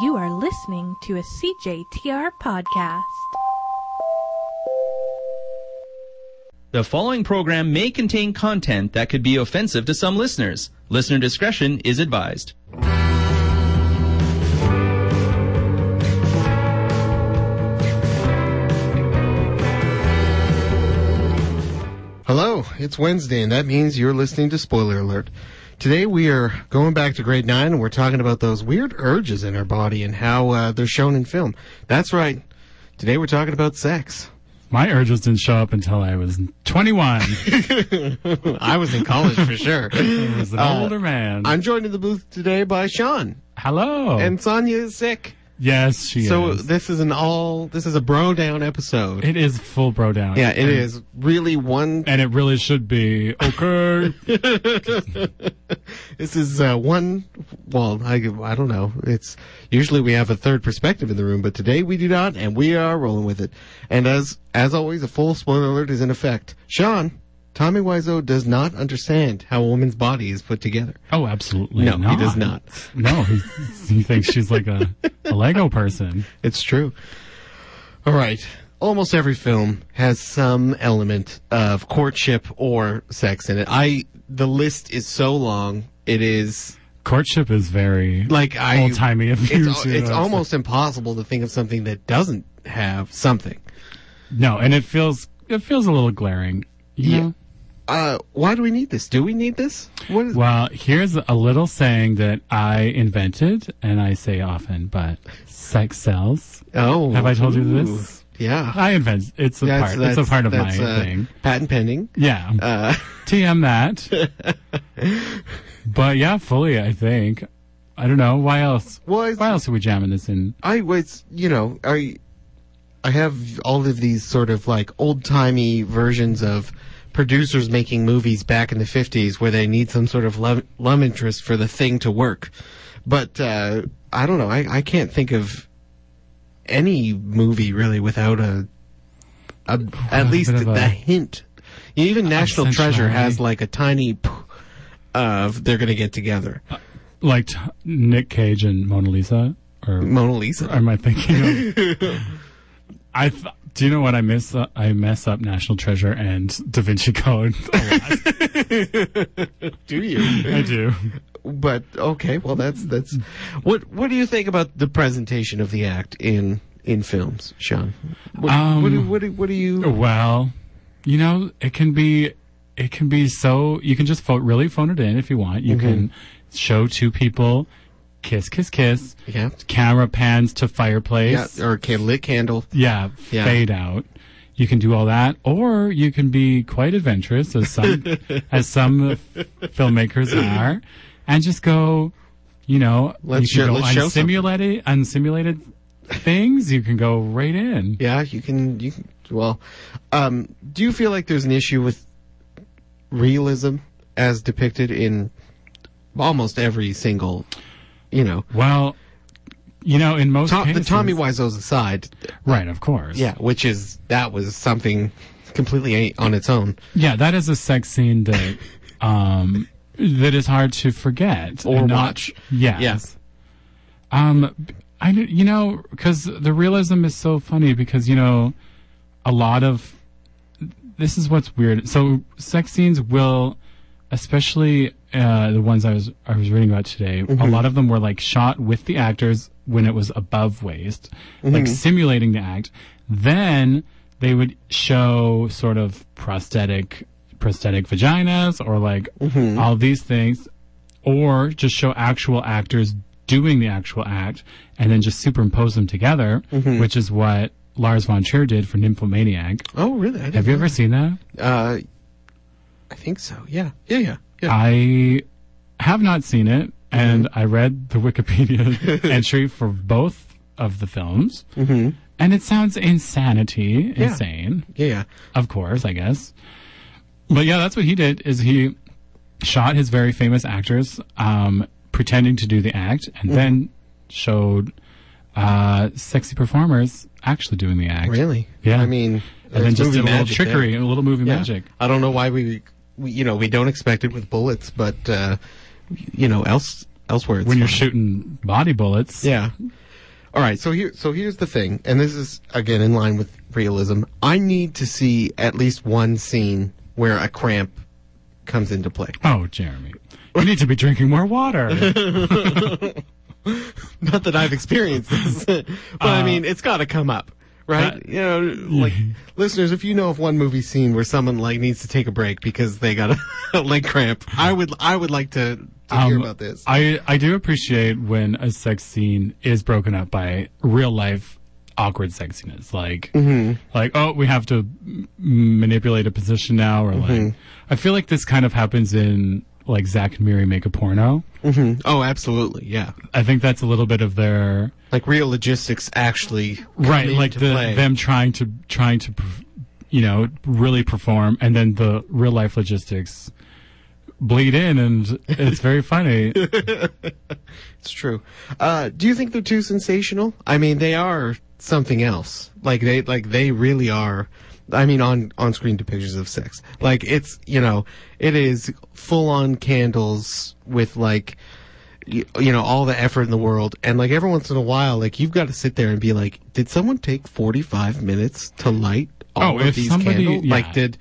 You are listening to a CJTR podcast. The following program may contain content that could be offensive to some listeners. Listener discretion is advised. Hello, it's Wednesday, and that means you're listening to Spoiler Alert. Today we are going back to grade nine, and we're talking about those weird urges in our body and how uh, they're shown in film. That's right. Today we're talking about sex. My urges didn't show up until I was 21. I was in college for sure. As an Uh, older man. I'm joined in the booth today by Sean, Hello. and Sonia is sick. yes, she So is. this is an all this is a bro down episode. it is full bro down. yeah, it is really one. And it really should be okay. This is uh, one. Well, I I don't know. It's usually we have a third perspective in the room, but today we do not, and we are rolling with it. And as as always, a full spoiler alert is in effect. Sean, Tommy Wiseau does not understand how a woman's body is put together. oh, absolutely No, not. he does not. No, he, he thinks she's like a, a Lego person. It's true. All right. Almost every film has some element of courtship or sex in it. I the list is so long. It is Courtship is very like I old timey of you. uh, It's, you know, it's like- almost impossible to think of something that doesn't have something. no, and it feels it feels a little glaring. You Yeah. know? Uh, why do we need this? Do we need this? What is, Well, here's a little saying that I invented, and I say often, but sex sells. oh, Have I told you ooh. this? Yeah, I invent. It's a part. it's a part of my that's, uh, thing. Patent pending. Yeah. Uh, TM that. but yeah, fully. I think. I don't know. Why else? well, it's- Why else are we jamming this in? I was, you know, I, I have all of these sort of like old timey versions of producers making movies back in the fifties where they need some sort of love, love interest for the thing to work. But, uh, I don't know. I, I can't think of any movie really without a, a at a least bit of the a- hint. Even National Treasure has sensuality. like a tiny p- of they're going to get together. Like t- Nick Cage and Mona Lisa, or Mona Lisa. am I thinking? Of, I. Th- do you know what I miss? Uh, I mess up National Treasure and Da Vinci Code. Do you? I do. but okay, well that's that's what what do you think about the presentation of the act in in films, Sean? What, Um, oh. what, do, what, do, what do you Well, you know, it can be, it can be so. You can just pho- really phone it in if you want. You can show two people, kiss, kiss, kiss. yeah Camera pans to yeah fireplace. or can lit candle? Yeah, Yeah. fade out. You can do all that, or you can be quite adventurous, as some as some f- filmmakers are, and just go. You know, Let's you can show- go let's show something. unsimulated, unsimulated things. You can go right in. Yeah, you can you can, well. Um, do you feel like there's an issue with realism as depicted in almost every single, you know, Well, you know, in most Tom, the cases, Tommy Wiseau's aside, Right, of course. yeah, which is that was something completely on its own. Yeah, that is a sex scene that um that is hard to forget Or and not- watch. Yes. Yes. Um I don't- you know cuz the realism is so funny because you know a lot of this is what's weird. So sex scenes will especially uh the ones I was I was reading about today, a lot of them were like shot with the actors when it was above waist, like simulating the act. Then they would show sort of prosthetic prosthetic vaginas or like all these things or just show actual actors doing the actual act and then just superimpose them together, Mm-hmm. which is what Lars von Trier did for Nymphomaniac. Oh, really? I didn't Have you ever seen that? Uh, I think so. Yeah. Yeah. Yeah. Yeah. Ah. Mm-hmm. I have not seen it, and I read the Wikipedia entry for both of the films, mm-hmm. and it sounds insanity, Yeah. insane. yeah. Yeah. of course, I guess. But yeah, that's what he did. Is he shot his very famous actors um, pretending to do the act, Mm-hmm. and then showed uh, sexy performers actually doing the act. Really? Yeah. I mean, And then there's just movie did a little magic there. trickery and a little movie Yeah. magic. I don't know why we, we, you know, we don't expect it with bullets, but uh, you know, else elsewhere. It's when you're fine. shooting body bullets. Yeah. All right. So here, so here's the thing, and this is again in line with realism. I need to see at least one scene where a cramp comes into play. Oh, Jeremy, you need to be drinking more water. Not that I've experienced this, but I mean, it's got to come up, right? Uh, that- you know, like listeners, if you know of one movie scene where someone like needs to take a break because they got a, a leg cramp, I would, I would like to, to hear Um, about this. I I do appreciate when a sex scene is broken up by real life awkward sexiness, like Mm-hmm. like oh we have to m- manipulate a position now, or like Mm-hmm. I feel like this kind of happens in like Zach and Miri make a porno. Mhm. Oh, absolutely, yeah. I think that's a little bit of their Like real logistics actually, come right, like into the play. them trying to trying to, perf- you know, really perform, and then the real life logistics bleed in, and it's very funny. It's true. Uh, do you think they're too sensational? I mean, they are something else. Like they, like they really are. I mean, on on screen depictions of sex. Like it's you know, it is full on candles with like. You, you know all the effort in the world, and like every once in a while, like you've got to sit there and be like, "Did someone take forty-five minutes to light all Oh, of if these somebody- candles? yeah. Like, did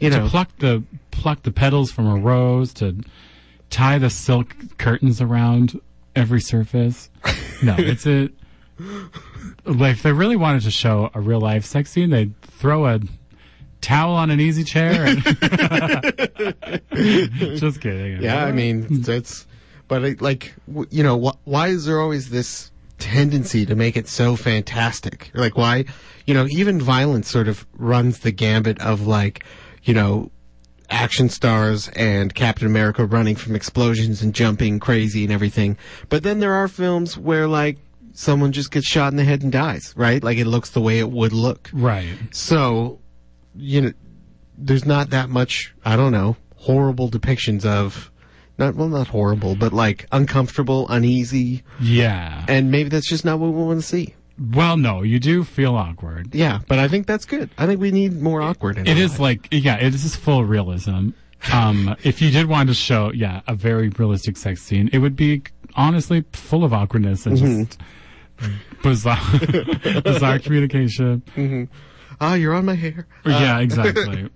you know? to pluck the pluck the petals from a rose to tie the silk curtains around every surface. No, it's a like if they really wanted to show a real life sex scene, they'd throw a towel on an easy chair. And Just kidding. Yeah, I mean that's, but it, like w- you know, wh- why is there always this tendency to make it so fantastic? Like why, you know, even violence sort of runs the gambit of like, you know, action stars and Captain America running from explosions and jumping crazy and everything. But then there are films where like someone just gets shot in the head and dies, right? Like it looks the way it would look. Right. So, you know, there's not that much, I don't know, horrible depictions of, not, well, not horrible, but like uncomfortable, uneasy, Yeah. and maybe that's just not what we want to see. Well, no, you do feel awkward. Yeah, but I think that's good. I think we need more awkward in It our is life. like, yeah, it is full realism. Um, if you did want to show, yeah, a very realistic sex scene, it would be honestly full of awkwardness and Mm-hmm. just bizarre, bizarre communication. Ah, you're on my hair. Oh, Ah. yeah, exactly.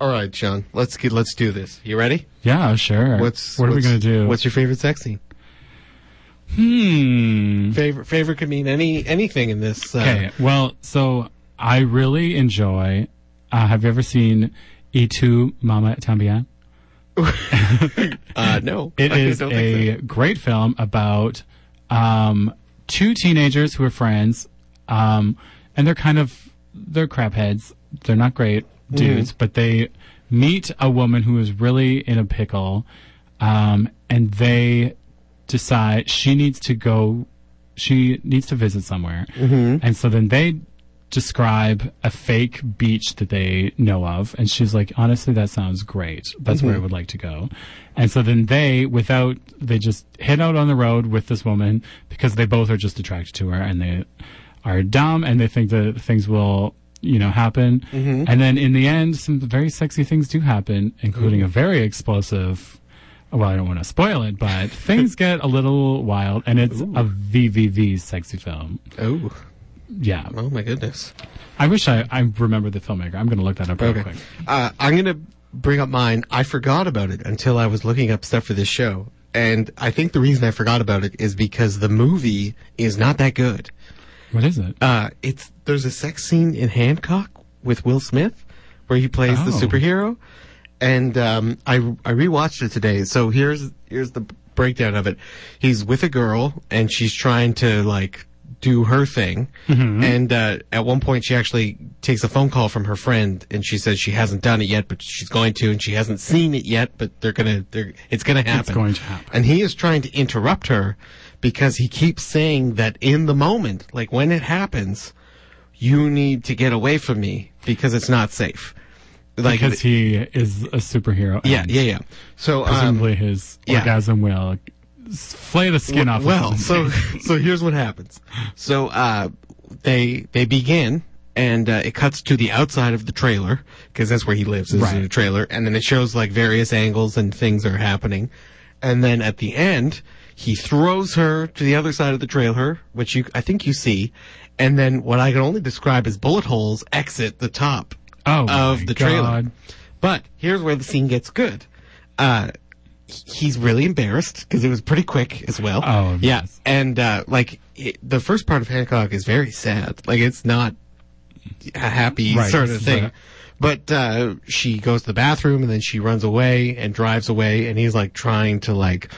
All right, John, let's get, let's do this. You ready? Yeah, sure. What's, what are we what's- gonna do? What's your favorite sex scene? hmm. Favorite, favorite could mean any, anything in this. Uh, Okay. Well, so I really enjoy. Uh, have you ever seen E2 Mama Tambien? uh, no. It I is don't think so. a great film about um, two teenagers who are friends, um, and they're kind of they're crapheads. They're not great Mm-hmm. dudes, but they meet a woman who is really in a pickle, um, and they decide she needs to go. She needs to visit somewhere, and so then they describe a fake beach that they know of. And she's like, honestly, that sounds great. That's where I would like to go. And so then they, without, they just head out on the road with this woman because they both are just attracted to her and they are dumb and they think that things will, you know, happen. And then in the end, some very sexy things do happen, including a very explosive. Well, I don't want to spoil it, but things get a little wild, and it's a VVV sexy film. Oh, Yeah. oh my goodness. I wish I, I remember the filmmaker. I'm going to look that up real Okay. quick. Uh, I'm going to bring up mine. I forgot about it until I was looking up stuff for this show. And I think the reason I forgot about it is because the movie is not that good. What is it? Uh, it's there's a sex scene in Hancock with Will Smith where he plays the Oh. superhero, and um, I I rewatched it today. So here's here's the breakdown of it. He's with a girl and she's trying to like do her thing, and uh, at one point she actually takes a phone call from her friend and she says she hasn't done it yet, but she's going to, and she hasn't seen it yet, but they're gonna they're it's gonna happen. going to happen. And he is trying to interrupt her because he keeps saying that in the moment, like when it happens, you need to get away from me because it's not safe. Like Because he is a superhero. and yeah, yeah, yeah. So um, Presumably his yeah. orgasm will s- flay the skin off. of Well, so something. so here's what happens. So uh, they they begin, and uh, it cuts to the outside of the trailer because that's where he lives is in Right. the trailer, and then it shows like various angles and things are happening, and then at the end He throws her to the other side of the trailer, which you I think you see, and then what I can only describe as bullet holes exit the top Oh, my of the trailer. God. But here's where the scene gets good. Uh, h- he's really embarrassed because it was pretty quick as well. Oh, yeah. yes. And uh, like it, the first part of Hancock is very sad. Like it's not a happy Right, sort of it's thing. the- But uh, she goes to the bathroom and then she runs away and drives away, and he's like trying to like.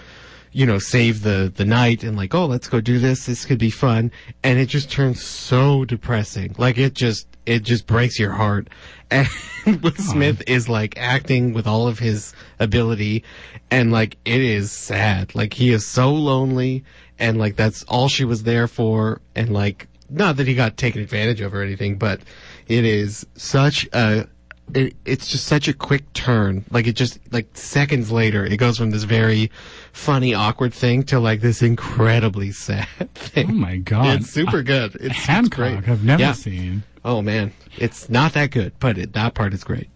You know, save the the night and like, oh, let's go do this. This could be fun, and it just turns so depressing. Like it just it just breaks your heart. And Will Smith is like acting with all of his ability, and like it is sad. Like he is so lonely, and like that's all she was there for, and like not that he got taken advantage of or anything, but it is such a it, it's just such a quick turn. Like it just like seconds later, it goes from this very funny, awkward thing to like this incredibly sad thing. Oh my God. It's super good. It's, it's Hancock, great. I've never Yeah. seen. Oh man, it's not that good, but it, that part is great.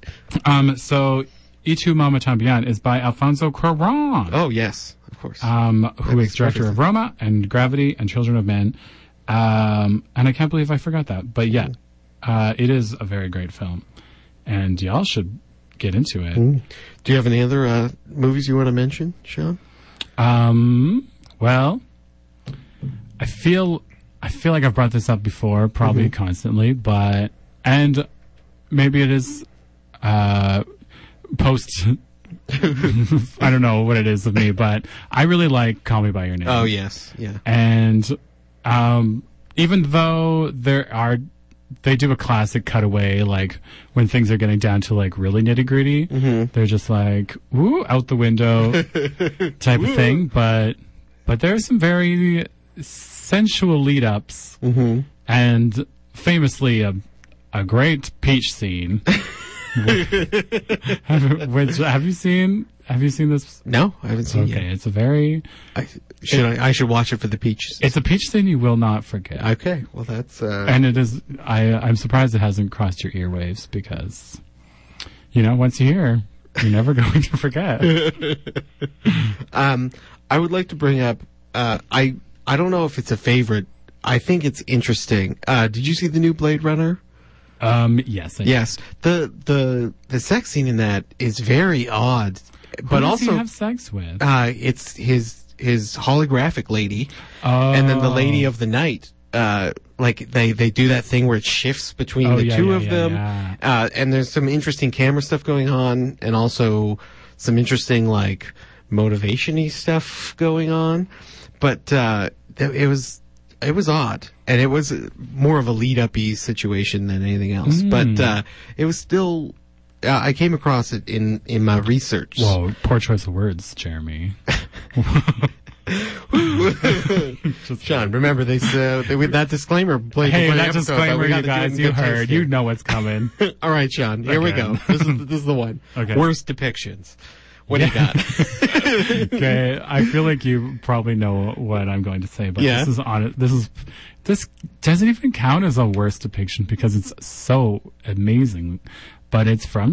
Um, so Itu Mama Champion is by Alfonso Cuarón, Oh yes, of course. um, who makes is director perfect of Roma and Gravity and Children of Men. Um, and I can't believe I forgot that, but yeah, uh, it is a very great film, and y'all should get into it. Do you have any other uh, movies you want to mention, Sean? Um, well, I feel I feel like I've brought this up before, probably constantly, but and maybe it is uh, post. I don't know what it is with me, but I really like "Call Me by Your Name." Oh yes, yeah. and um, even though there are they do a classic cutaway like when things are getting down to like really nitty gritty Mm-hmm. they're just like ooh out the window type of thing but but there are some very sensual lead ups Mm-hmm. and famously a, a great peach scene which have you seen have you seen this No, I haven't seen okay it. it's a very I, should I? I should watch it for the peaches. it's a peach scene you will not forget Okay, well that's uh, and it is I I'm surprised it hasn't crossed your earwaves because you know once you hear you're never going to forget. Um, I would like to bring up. Uh, I I don't know if it's a favorite. I think it's interesting. Uh, did you see the new Blade Runner? um yes. I Yes. The the the sex scene in that is very odd, Who but does also he have sex with. uh, it's his his holographic lady, oh. and then the lady of the night. Uh, like they they do that thing where it shifts between Oh, the yeah, two yeah, of yeah, them, yeah. Uh, and there's some interesting camera stuff going on, and also some interesting like motivation-y stuff going on. But uh, th- it was it was odd, and it was uh, more of a lead-up-y situation than anything else. Hmm. But uh, it was still. Uh, I came across it in in my research. Whoa, poor choice of words, Jeremy. Just- John, remember they said they, with that disclaimer. played Hey, before the that episode, but disclaimer, we gotta you do it in guys, good you taste heard. here. You know what's coming. All right, Sean. Here we go. Again. This is this is the one. Okay. Worst depictions. What do you got? okay, I feel like you probably know what I'm going to say, but Yeah. this is on this is this doesn't even count as a worst depiction because it's so amazing. But it's from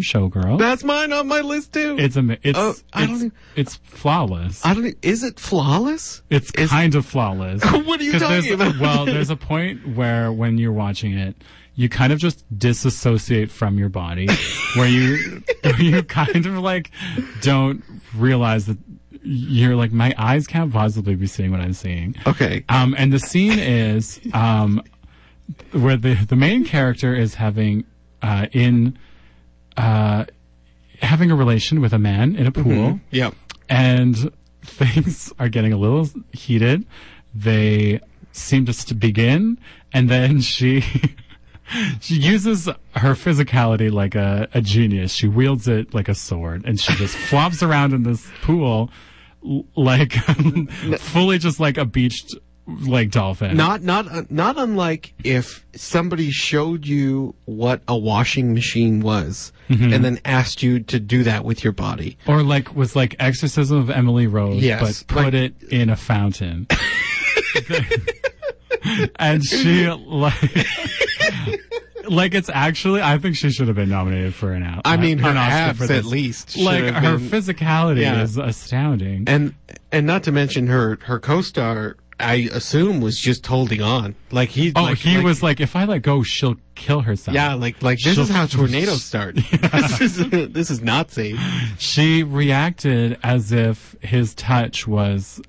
Showgirl. That's mine on my list too. it's ama- it's Oh, I don't it's, even- it's flawless. I don't. e- Is it flawless? it's is- kind of flawless. What are you 'Cause talking there's- about? well, there's a point where when you're watching it, you kind of just disassociate from your body, where you where you kind of like don't realize that you're like my eyes can't possibly be seeing what I'm seeing. Okay. Um, and the scene is um, where the the main character is having uh, in uh, having a relation with a man in a pool Yep. and things are getting a little heated. They seem to st- begin, and then she she uses her physicality like a, a genius. She wields it like a sword, and she just flops around in this pool l- like fully just like a beached like dolphin. Not not uh, not unlike if somebody showed you what a washing machine was, Mm-hmm. and then asked you to do that with your body. or like was like exorcism of Emily Rose, Yes, but put like- it in a fountain. and she like like it's actually. I think she should have been nominated for an out. I mean, her an Oscar abs for at this. least. should Like have her been- physicality Yeah. is astounding. and and not to mention her her co-star. I assume was just holding on. Like he. oh, like, he like- was like, if I let go, she'll kill herself. Yeah, like like this is She'll- how tornadoes start. this is this is not safe. She reacted as if his touch was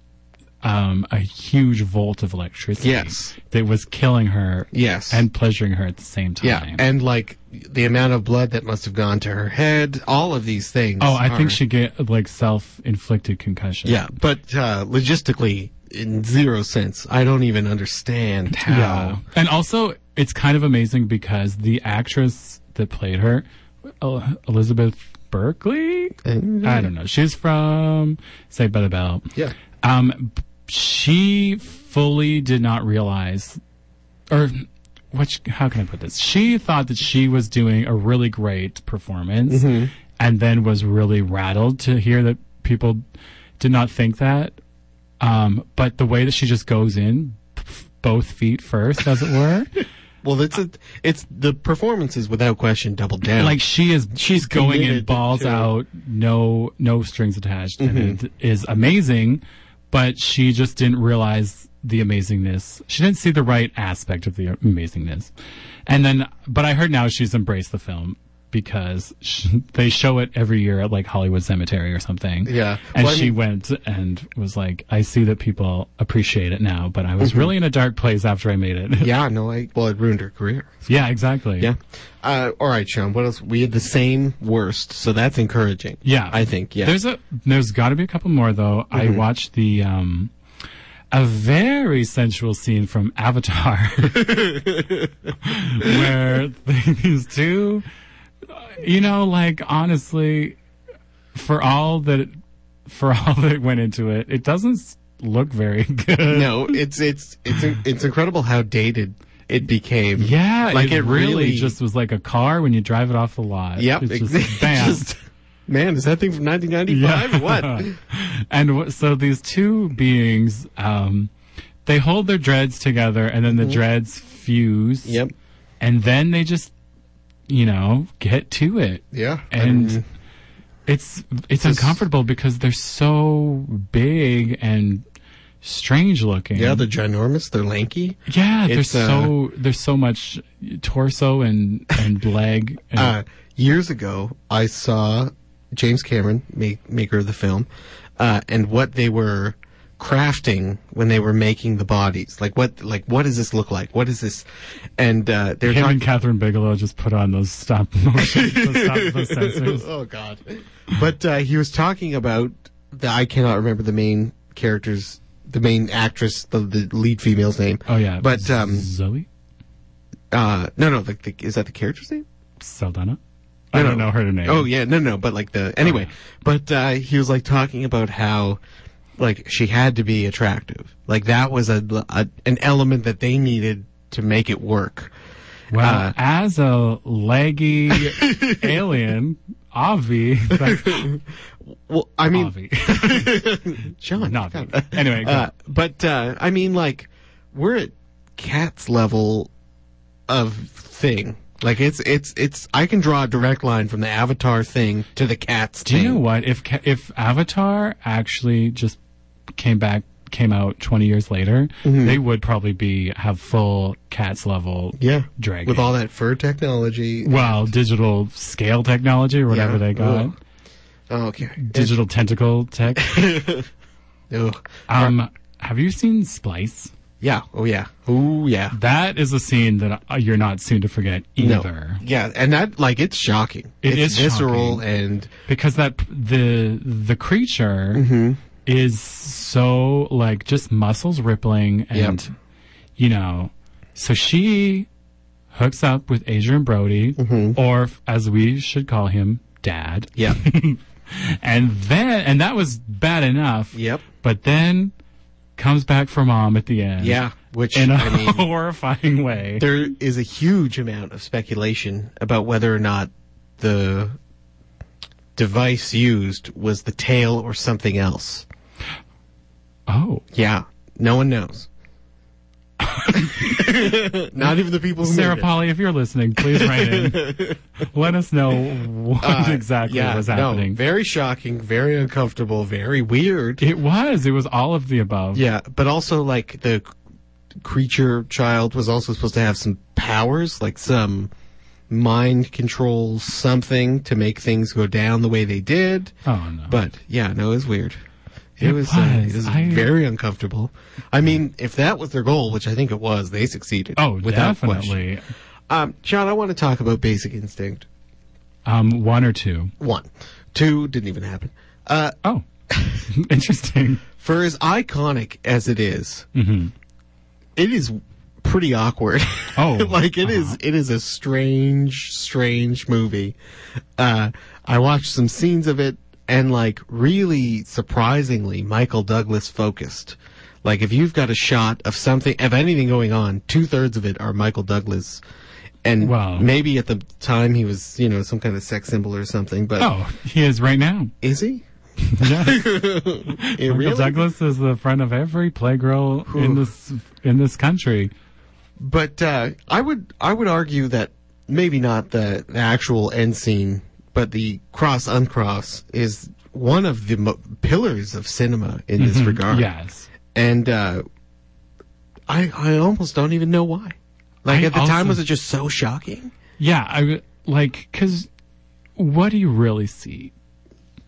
um, a huge volt of electricity. Yes. That was killing her. Yes. And pleasuring her at the same Yeah, time. and like the amount of blood that must have gone to her head, all of these things. oh, I are- think she get like self inflicted concussion. Yeah, but uh, logistically, in zero sense. I don't even understand how. Yeah. And also, it's kind of amazing because the actress that played her, El- Elizabeth Berkley? I don't know. She's from Saved by the Bell. Yeah. Um, b- she fully did not realize, or which, how can I put this? She thought that she was doing a really great performance and then was really rattled to hear that people did not think that. Um, but the way that she just goes in, p- both feet first, as it were, Well, it's a, it's the performances without question doubled down. like she is, she's going in committed balls to- out, no, no strings attached, Mm-hmm. and it is amazing. But she just didn't realize the amazingness. She didn't see the right aspect of the amazingness. And then, but I heard now she's embraced the film because sh they show it every year at like Hollywood Cemetery or something. Yeah. And Well, I she mean- went and was like, I see that people appreciate it now, but I was really in a dark place after I made it. Mm-hmm. yeah, no, I well, it ruined her career. yeah, exactly. Yeah. Uh, all right, Sean. What else? We had the same worst, so that's encouraging. Yeah, I think. Yeah. Mm-hmm. There's a there's got to be a couple more though. I watched the um a very sensual scene from Avatar where these two, you know, like honestly, for all that it, for all that went into it, it doesn't s- look very good. no, it's it's it's in- it's incredible how dated it became. Yeah, Like it, it really, really- just was like a car when you drive it off the lot. Yep. it's ex- just bam. just- man, is that thing from 1995 or what? and w- so these two beings, um, they hold their dreads together, and then the dreads fuse. Mm-hmm. Yep. And then they just, you know, get to it, Yeah. and it's it's uncomfortable because they're so big and strange looking. yeah, they're ginormous. They're lanky. yeah. There's it's, uh, so there's so much torso and and leg. And, Uh, years ago, I saw James Cameron, make, maker of the film, uh, and what they were crafting when they were making the bodies. Like what? Like what does this look like? What is this? And uh, they're him and talking. Catherine Bigelow just put on those stop motion, those stop, those sensors. oh God! But uh, he was talking about the. I cannot remember the main character's, the main actress, the, the lead female's name. Oh yeah, But um, Zoe uh, no, no. The, the, is that the character's name? Saldana. I don't know her name. Oh yeah, no, no, but like the anyway, but uh, he was like talking about how like she had to be attractive, like that was a, a an element that they needed to make it work. Well, uh, as a leggy alien, Avi. That's Well, I mean, Avi. John, Not God. Avi. Anyway, go. uh, but uh, I mean, like we're at cat's level of thing. Like it's it's it's I can draw a direct line from the Avatar thing to the cats. do you know what? If Ca- if Avatar actually just came back, came out twenty years later, Mm-hmm. they would probably be have full cats level. Yeah, dragon with all that fur technology. well, digital scale technology or whatever Yeah. they got, Ugh. Oh, okay. digital tentacle tech. Ugh. Um, have you seen Splice? Yeah. Oh yeah. Oh yeah. That is a scene that uh, you're not soon to forget either. Yeah, and that like it's shocking. It it's is visceral shocking. and because that p- the the creature Mm-hmm. is so like just muscles rippling and Yep. you know so she hooks up with Adrian Brody Mm-hmm. or f- as we should call him dad yeah. and then and that was bad enough Yep. but then comes back for mom at the end yeah, which in a I mean horrifying way there is a huge amount of speculation about whether or not the device used was the tail or something else. oh Yeah. No one knows. Not even the people who Sarah made it. Polly, if you're listening, please write in. Let us know what Uh, exactly yeah, was happening. No, very shocking, very uncomfortable, very weird. it was. It was all of the above. Yeah, but also like the c- creature child was also supposed to have some powers, like some mind control something to make things go down the way they did. Oh no. But yeah, no, it was weird. It, It was, uh, was. it was I- very uncomfortable. I mean, if that was their goal, which I think it was, they succeeded. oh, without question. definitely. Um, John, I want to talk about Basic Instinct Um, one or two. one, two didn't even happen. Uh, Oh, interesting. for as iconic as it is, Mm-hmm. it is pretty awkward. Oh, like it is. It is a strange, strange movie. Uh, I watched some scenes of it, and like really surprisingly, Michael Douglas focused. Like if you've got a shot of something, of anything going on, two thirds of it are Michael Douglas. And Wow. maybe at the time he was, you know, some kind of sex symbol or something. But Oh, he is right now. is he? Yes. It Michael Douglas is the friend of every playgirl in this in this country. but uh, I would I would argue that maybe not the, the actual end scene, but the cross uncross is one of the mo- pillars of cinema in Mm-hmm. this regard. Yes. and uh, I I almost don't even know why. Like I at the time, also- was it just so shocking? Yeah, I w- like because what do you really see? Uh,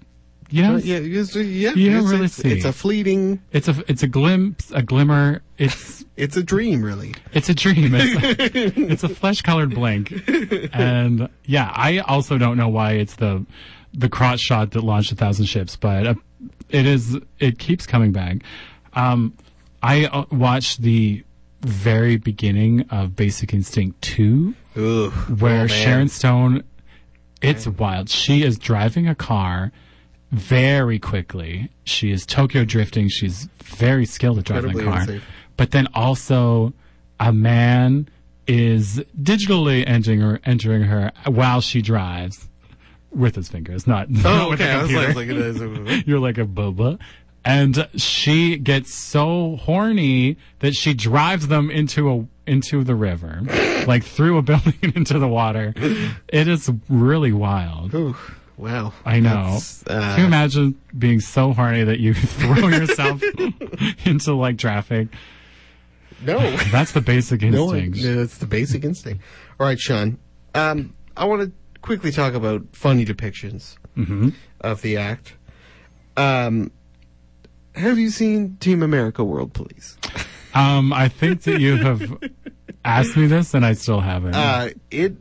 Yes, Yeah, it's, yeah, You don't it's, really it's, see. it's a fleeting, it's a it's a glimpse, a glimmer. It's it's a dream, really. it's a dream. It's, it's a flesh colored blank, and yeah, I also don't know why it's the the cross shot that launched a thousand ships, but uh, it is it keeps coming back. Um, I uh, watched the very beginning of Basic Instinct two. Ooh, where oh, man. Sharon Stone, it's wild. She is driving a car very quickly. She is Tokyo drifting. She's very skilled at driving a Incredibly car. unsafe. But then also, a man is digitally entering her, entering her while she drives with his fingers, not, not Oh, with okay. a I was computer. like, looking at this. You're like a bubba. And she gets so horny that she drives them into a into the river, like through a building and into the water. It is really wild. Ooh, wow. I know. That's, Can you Uh, imagine being so horny that you throw yourself into like traffic? no. That's the basic No, instinct. it's that's the basic instinct. All right, Sean. Um, I want to quickly talk about funny depictions of the act. Um, have you seen Team America World Police? Um, I think that you have asked me this, and I still haven't. Uh, it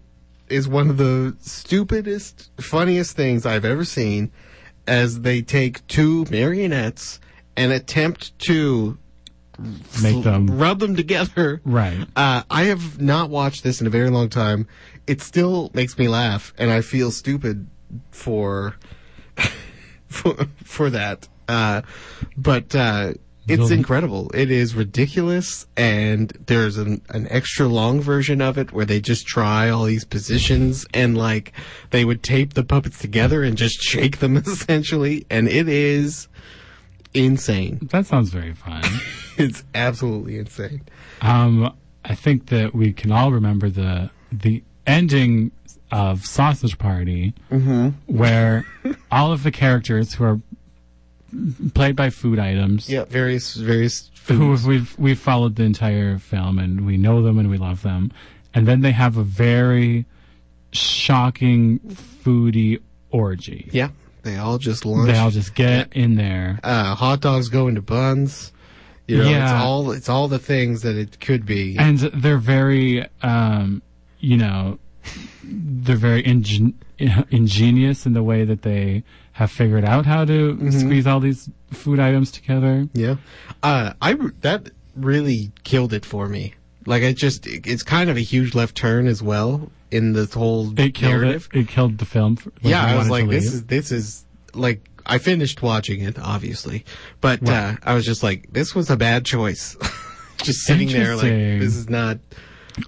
is one of the stupidest, funniest things I've ever seen as they take two marionettes and attempt to Make them rub them together. right. Uh, I have not watched this in a very long time. It still makes me laugh, and I feel stupid for for for that. Uh, but uh, it's Little- incredible. It is ridiculous, and there's an an extra long version of it where they just try all these positions, and like they would tape the puppets together and just shake them essentially, and it is insane. That sounds very fun. It's absolutely insane. Um, I think that we can all remember the the ending of Sausage Party, where all of the characters who are played by food items, Yeah, various various who we've we've followed the entire film and we know them and we love them, and then they have a very shocking foodie orgy. Yeah, they all just lunch. They all just get in there. uh, hot dogs go into buns. You know, it's Yeah. all it's all the things that it could be. and they're very um you know they're very ingen- ingenious in the way that they have figured out how to Mm-hmm. squeeze all these food items together yeah, uh, I re- that really killed it for me. Like I just, it- it's kind of a huge left turn as well in this whole it killed narrative. it it killed the film for, like, yeah, I was wanted like, to this leave. is this is like I finished watching it, obviously, but uh, I was just like, this was a bad choice. just sitting there, like Interesting. this is not.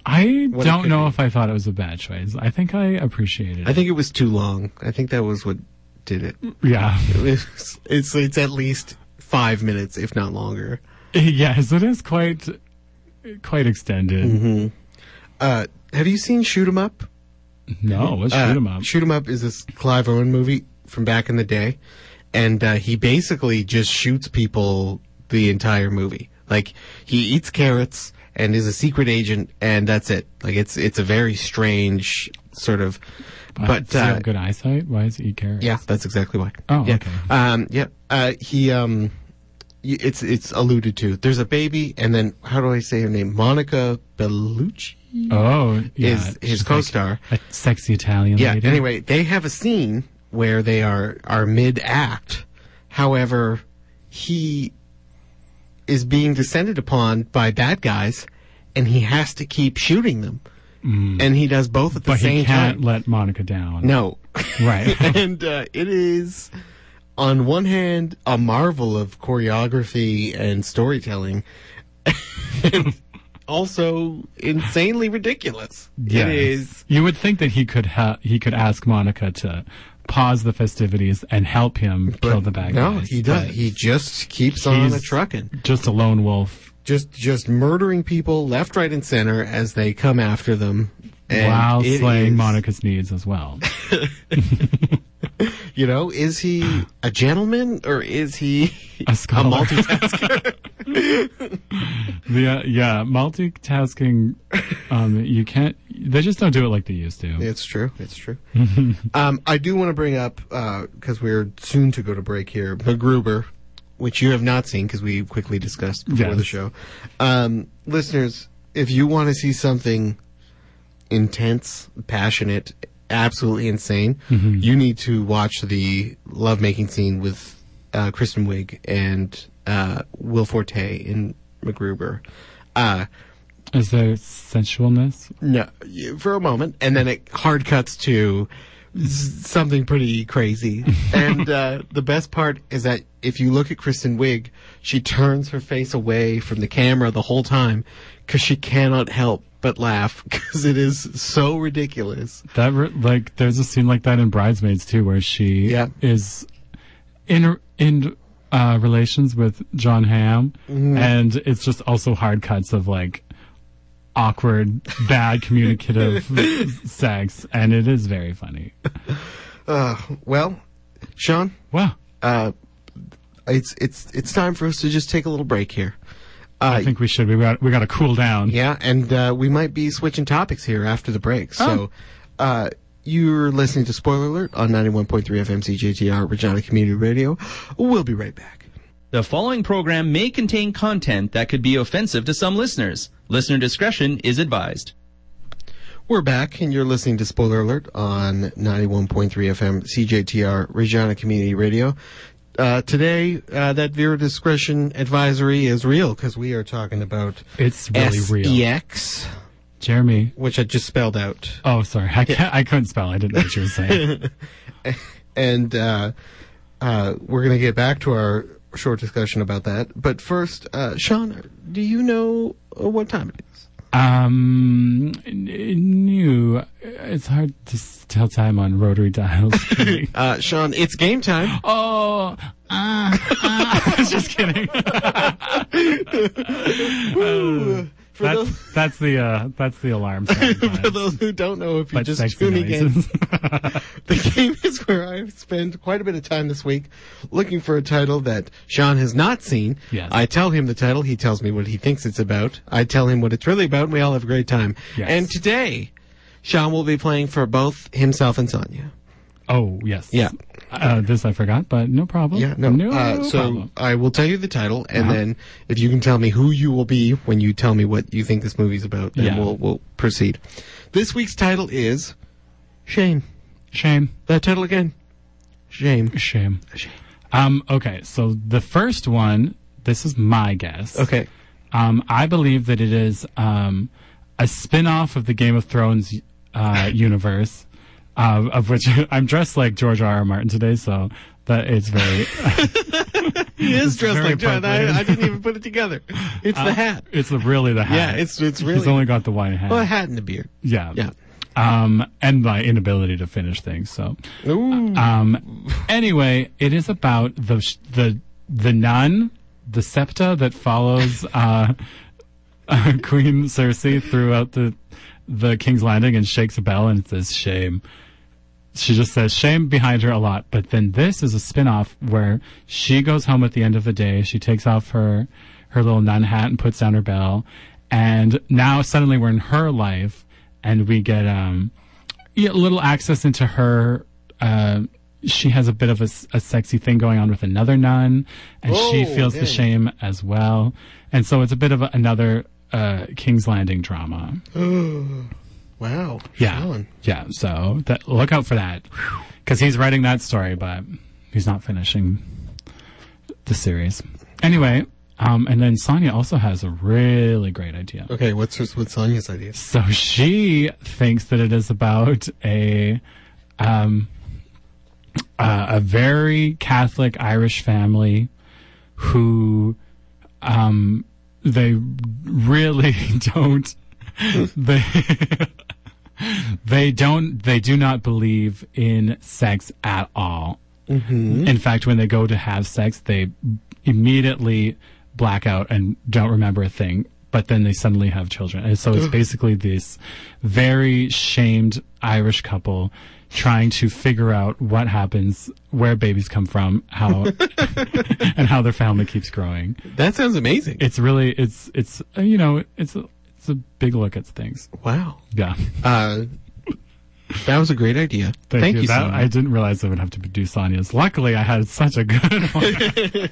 i it don't could know be. if i thought it was a bad choice i think i appreciated I it think it was too long. I think that was what did it. yeah it's it's, it's at least five minutes, if not longer. yes it is quite quite extended. Mm-hmm. Uh, have you seen Shoot 'Em Up? Uh, No, let's shoot him up. Mm-hmm. Shoot 'em up is this Clive Owen movie from back in the day, and uh, he basically just shoots people the entire movie. Like he eats carrots and is a secret agent, and that's it. Like it's it's a very strange sort of, but Does he have uh, good eyesight. Why is he eat carrots? yeah, that's exactly why. Oh, yeah. okay. Um, yeah. Uh, he um, y- it's it's alluded to. There's a baby, and then how do I say her name? Monica Bellucci Oh, yeah. is his She's co-star. like a sexy Italian Yeah. lady. Anyway, they have a scene where they are are mid act. However, he is being descended upon by bad guys, and he has to keep shooting them. And he does both at the Mm. but same he can't time. let Monica down. no. Right. and uh, it is, on one hand, a marvel of choreography and storytelling, and also insanely ridiculous. Yes. It is. You would think that he could ha- he could ask Monica to pause the festivities and help him kill the bad no, guys. he does. but He just keeps on a he's trucking, just a lone wolf just just murdering people left, right, and center as they come after them. And while it slaying is- Monica's needs as well. You know, is he a gentleman or is he A a scholar. multitasker? the, uh, yeah, multitasking. Um, you can't. They just don't do it like they used to. It's true. It's true. um, I do want to bring up because we're soon to go to break here. MacGruber, which you have not seen because we quickly discussed before Yes. the show. Um, listeners, if you want to see something intense, passionate, absolutely insane, you need to watch the lovemaking scene with uh, Kristen Wiig and uh, Will Forte in MacGruber. Uh, Is there sensualness? no, y- for a moment, and then it hard cuts to s- something pretty crazy. and uh, the best part is that if you look at Kristen Wiig, she turns her face away from the camera the whole time because she cannot help but laugh because it is so ridiculous. That re- like there's a scene like that in Bridesmaids too, where she Yeah. is in in uh, relations with John Hamm, Mm-hmm. and it's just also hard cuts of like awkward, bad communicative sex, and it is very funny. Uh, Well, Sean, Wow, uh, it's it's it's time for us to just take a little break here. Uh, I think we should we got we got to cool down. Yeah, and uh, we might be switching topics here after the break. So, uh, you're listening to Spoiler Alert on 91.3 FM CJTR, Regina Community Radio. We'll be right back. The following program may contain content that could be offensive to some listeners. Listener discretion is advised. We're back, and you're listening to Spoiler Alert on 91.3 FM CJTR, Regina Community Radio. Uh, today, uh, that viewer discretion advisory is real because we are talking about It's really E real, SEX, Jeremy. which I just spelled out. Oh, sorry, I can't, I couldn't spell. I didn't know what you were saying. and uh, uh, we're going to get back to our short discussion about that. But first, uh, Sean, do you know uh, what time it is? Um, n- new. It's hard to s- tell time on rotary dials. for me. Uh, Sean, it's game time. oh, ah, ah. just kidding. For those, That's, that's the uh, that's the alarm sound. for those who don't know, if you're But just sexy tuning in, noises. the game is where I spend quite a bit of time this week looking for a title that Sean has not seen. Yes. I tell him the title, he tells me what he thinks it's about. I tell him what it's really about, and we all have a great time. Yes. And today, Sean will be playing for both himself and Sonia. oh yes. Yeah. Uh, this I forgot, but no problem. Yeah, no. Uh-huh. No uh, so problem. I will tell you the title, and then if you can tell me who you will be when you tell me what you think this movie's about, then Yeah. we'll we'll proceed. This week's title is Shame. Shame. That title again. Shame. Shame. Um. Okay. So the first one. This is my guess. Okay. Um, I believe that it is um, a spin off of the Game of Thrones uh, universe, uh, of which I'm dressed like George R. R. Martin today, so that it's very. He is Uh, dressed very like John. I, appropriate. I didn't even put it together. It's the hat. It's really the hat. Yeah, it's it's really He's only got the white hat. well, oh, a hat and a beard. yeah. Yeah. Um, and my inability to finish things. So, Ooh. um, anyway, it is about the sh- the the nun, the septa that follows uh, uh, Queen Cersei throughout the the King's Landing and shakes a bell and it says shame. She just says shame behind her a lot, but then this is a spin-off where she goes home at the end of the day. She takes off her her little nun hat and puts down her bell, and now suddenly we're in her life, and we get um yeah, little access into her. Uh, she has a bit of a, s- a sexy thing going on with another nun, and she Whoa, feels yeah. the shame as well. And so it's a bit of a, another uh, King's Landing drama. Wow. Yeah, Sean. yeah. So that, look out for that because he's writing that story, but he's not finishing the series. Anyway, um, and then Sonya also has a really great idea. Okay, what's her, what's Sonia's idea? So she thinks that it is about a um, uh, a very Catholic Irish family who um, they really don't they they don't they do not believe in sex at all. Mm-hmm. In fact, when they go to have sex, they immediately black out and don't remember a thing. But then they suddenly have children, and so it's basically this very shamed Irish couple trying to figure out what happens, where babies come from, how, and how their family keeps growing. That sounds amazing. It's really, it's, it's, uh, you know, it's a, it's a big look at things. wow. Yeah. Uh, that was a great idea. Thank, you, That- Sonia. I didn't realize I would have to do Sonia's. Luckily, I had such a good one.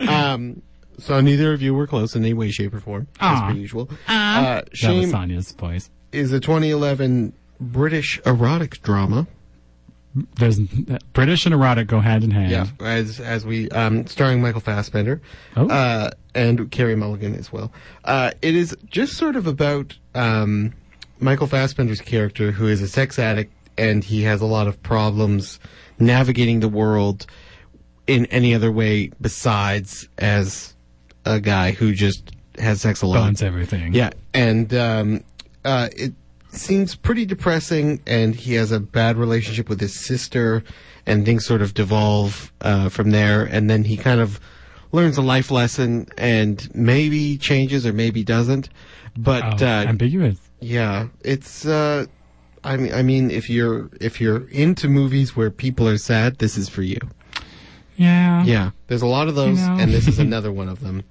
Um, so neither of you were close in any way, shape, or form, Aw. Uh-huh. as per usual. Uh, That was Shame Sonia's voice. is a 2011 British erotic drama. There's British and erotic go hand in hand. as as we um, starring Michael Fassbender, Oh. uh, and Carrie Mulligan as well. Uh, it is just sort of about um, Michael Fassbender's character, who is a sex addict, and he has a lot of problems navigating the world in any other way besides as a guy who just has sex a lot. Bones everything. Yeah, and um, uh, it seems pretty depressing. And he has a bad relationship with his sister, and things sort of devolve uh, from there. And then he kind of learns a life lesson, and maybe changes or maybe doesn't. Oh, But uh, ambiguous. yeah, it's. Uh, I mean, I mean, if you're if you're into movies where people are sad, this is for you. Yeah. Yeah, there's a lot of those, know. and this is another one of them.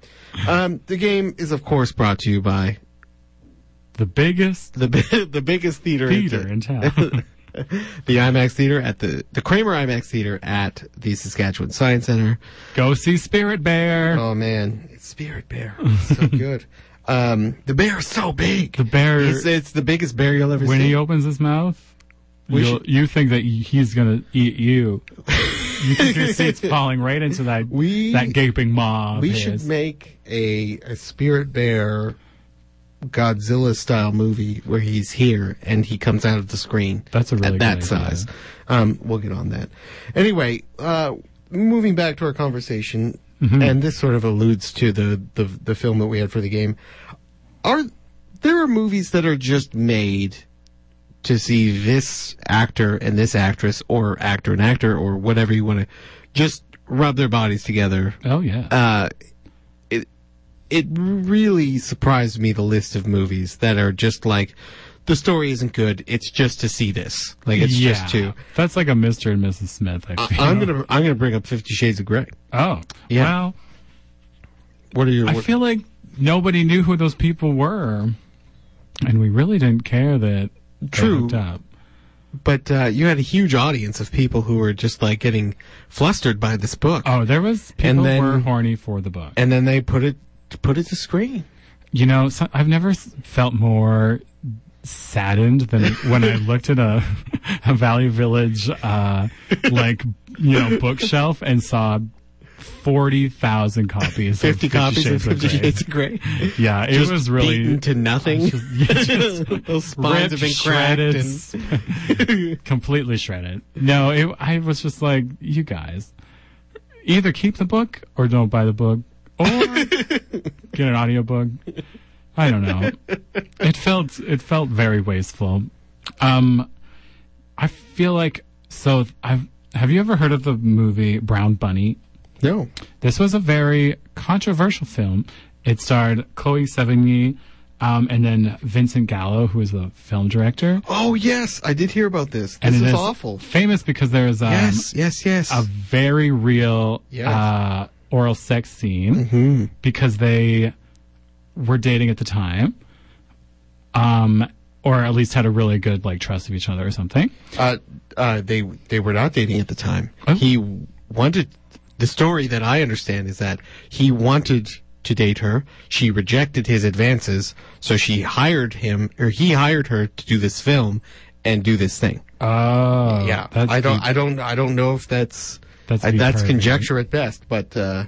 Um, the game is, of course, brought to you by The biggest the bi- the biggest theater, in theater t- in town. the IMAX theater at the the Kramer IMAX theater at the Saskatchewan Science Center. go see Spirit Bear. Oh man, it's Spirit Bear, It's so good. Um, the bear is so big. The bear- It's, it's the biggest bear you'll ever when see. he opens his mouth, We you'll- should- you think that y- he's gonna eat you. you think your seat's falling right into that We- that gaping maw. of we his. should make a a Spirit Bear Godzilla style movie where he's here and he comes out of the screen. That's a really at that good idea. size. Um, we'll get on that. Anyway, uh, moving back to our conversation, Mm-hmm. and this sort of alludes to the, the the film that we had for the game. Are there are movies that are just made to see this actor and this actress, or actor and actor, or whatever you want to, just rub their bodies together Oh yeah. uh, it it really surprised me the list of movies that are just like the story isn't good. It's just to see this. Like it's yeah. just to. That's like a Mr. and Mrs. Smith. I feel. I'm gonna I'm gonna bring up Fifty Shades of Grey. Oh. Yeah. Well, What are your? I what- feel like nobody knew who those people were, and we really didn't care that. they True. hooked Up. but uh, you had a huge audience of people who were just like getting flustered by this book, Oh, there was And people then- were horny for the book. and then they put it put it to screen. You know, so, I've never s- felt more saddened than when I looked at a, a Valley Village, uh, like, you know, bookshelf and saw 40,000 copies. of Fifty copies of Shades Fifty Grey. Shades of Grey. Yeah, it Just was really beaten to nothing. just- yeah, just Those spines have ripped, been cracked. shredded, and- s- completely shredded. No, it, I was just like, you guys, either keep the book or don't buy the book, or get an audiobook. I don't know. It felt it felt very wasteful. Um, I feel like so. I've have you ever heard of the movie Brown Bunny? no. This was a very controversial film. It starred Chloe Sevigny, um, and then Vincent Gallo, who is the film director. Oh yes, I did hear about this. And This it is is awful. Famous because there is um, yes, yes, yes. a very real Yes. Mm-hmm. uh, oral sex scene because they were dating at the time, um, or at least had a really good like trust of each other or something. uh, uh, they they were not dating at the time. Oh. He wanted. The story that I understand is that he wanted to date her. She rejected his advances, so she hired him, or he hired her to do this film and do this thing. Oh, yeah, that's I don't, deep. I don't, I don't know if that's That's I- deep that's hurt, conjecture at best, but uh,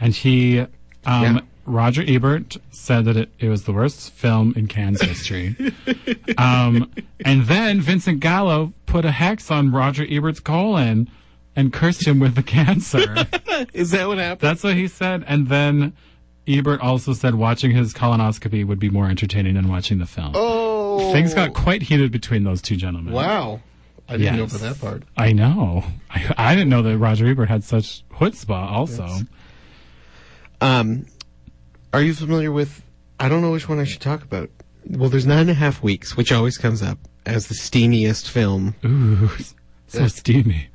and he, um, Yeah. Roger Ebert said that it, it was the worst film in Cannes history. um, and then Vincent Gallo put a hex on Roger Ebert's colon and cursed him with the cancer. is that what happened? That's what he said. And then Ebert also said watching his colonoscopy would be more entertaining than watching the film. Oh, Things got quite heated between those two gentlemen. wow. I didn't know Yes. about that part. I know. I, I didn't know that Roger Ebert had such chutzpah also. Um, are you familiar with? I don't know which one I should talk about. Well, there's nine and a half weeks, which always comes up as the steamiest film. Ooh, so steamy.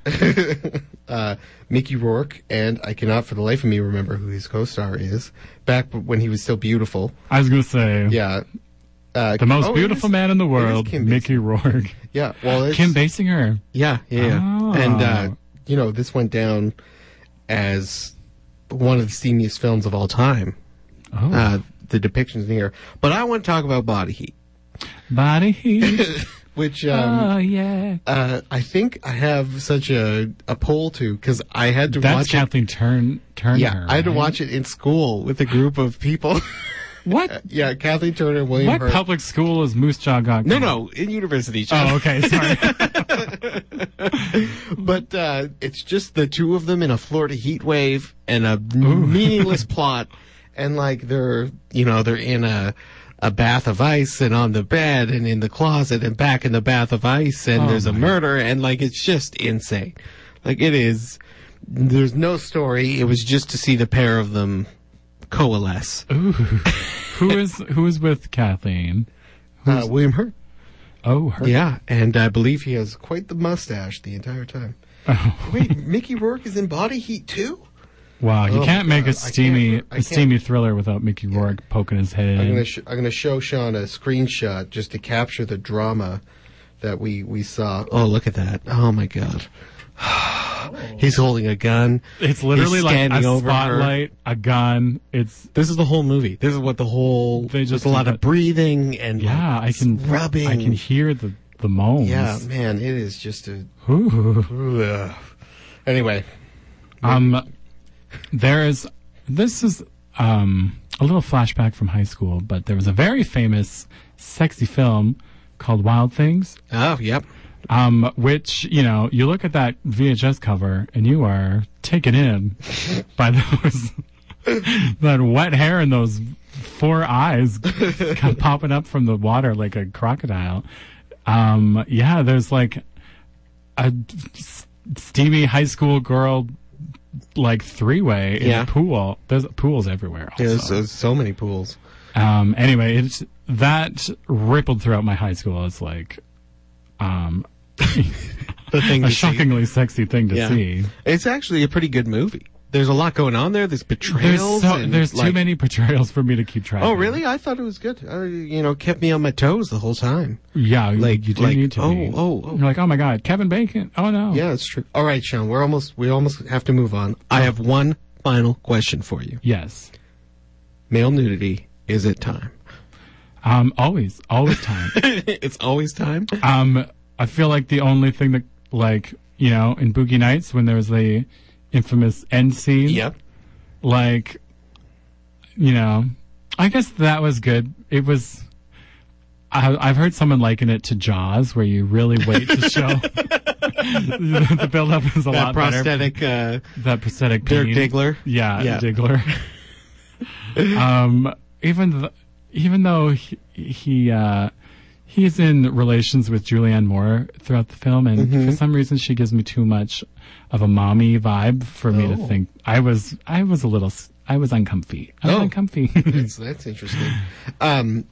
Uh, Mickey Rourke and I cannot for the life of me remember who his co-star is. Back when he was still beautiful. I was going to say, Yeah. Uh, the most oh, it beautiful is- man in the it is world, Kim Basinger. Mickey Rourke. Yeah. Well, it's, Kim Basinger. Yeah, yeah. yeah. Oh. And uh, you know, this went down as one of the steamiest films of all time. Oh, Uh, the depictions in here, but I want to talk about Body Heat, body heat. which um, oh, yeah. uh, I think I have such a a poll to because I had to That's watch Kathleen Turn Turner. it. Yeah, I had to right? watch it in school with a group of people. What? yeah, Kathleen Turner, William What Hurt. public school is Moose Jaw got? no, no, in university. John. Oh, okay. Sorry. But uh, it's just the two of them in a Florida heat wave and a meaningless plot, and like they're you know they're in a a bath of ice and on the bed and in the closet and back in the bath of ice and Oh, there's a my. murder and like it's just insane, like it is. There's no story. It was just to see the pair of them coalesce. who is who is with Kathleen? Uh, William Hurt. Oh, her. Yeah, and I believe he has quite the mustache the entire time. Oh, Wait, Mickey Rourke is in Body Heat too. wow, you Oh, can't make God, I a steamy can't- I a can't- steamy thriller without Mickey Rourke poking his head I'm in. gonna sh- I'm gonna show Sean a screenshot just to capture the drama that we we saw. Oh, look at that! Oh my God, he's holding a gun. it's literally He's like a standing over her. spotlight, a gun. It's This is the whole movie. This is what the whole. They just there's a lot do of that. breathing and yeah, I like, can rubbing. I can hear the the moans. yeah, man, it is just a. Ooh. Ugh. Anyway, Um, there is this is um a little flashback from high school, but there was a very famous sexy film called Wild Things oh yep, Um, which, you know, you look at that VHS cover and you are taken in by those, that wet hair and those four eyes come popping up from the water like a crocodile. Um, yeah, there's like a s- steamy high school girl, like three way in Yeah. a pool. There's pools everywhere. Also. there's, there's so many pools. Um, anyway, it's, that rippled throughout my high school. It's like, um, The thing to a see. shockingly sexy thing to Yeah. see. It's actually a pretty good movie. There's a lot going on there. There's There's, betrayals. so, and, there's too like- many portrayals for me to keep track. Oh, of. really? I thought it was good. Uh, you know, kept me on my toes the whole time. Yeah, you- Like- you do like, need to. oh, be. oh, oh. You're like, oh my god, Kevin Bacon. Oh no. Yeah, it's true. All right, Sean, we're almost we almost have to move on. I have one final question for you. Yes. Male nudity is it time? Um, always, always time. it's always time. um, I feel like the only thing that, like, you know, in Boogie Nights when there was the infamous end scene. like you know i guess that was good it was I, i've heard someone liken it to jaws where you really wait to show the build-up is a That lot better prosthetic. Uh, that prosthetic Dirk pain. Diggler? yeah, Yeah. Diggler. um, even th- even though he, he uh, he's in relations with Julianne Moore throughout the film, and Mm-hmm. for some reason she gives me too much of a mommy vibe for me to Oh. think. I was I was a little s- I was uncomfy. I was Oh. uncomfy. That's, that's interesting. Um,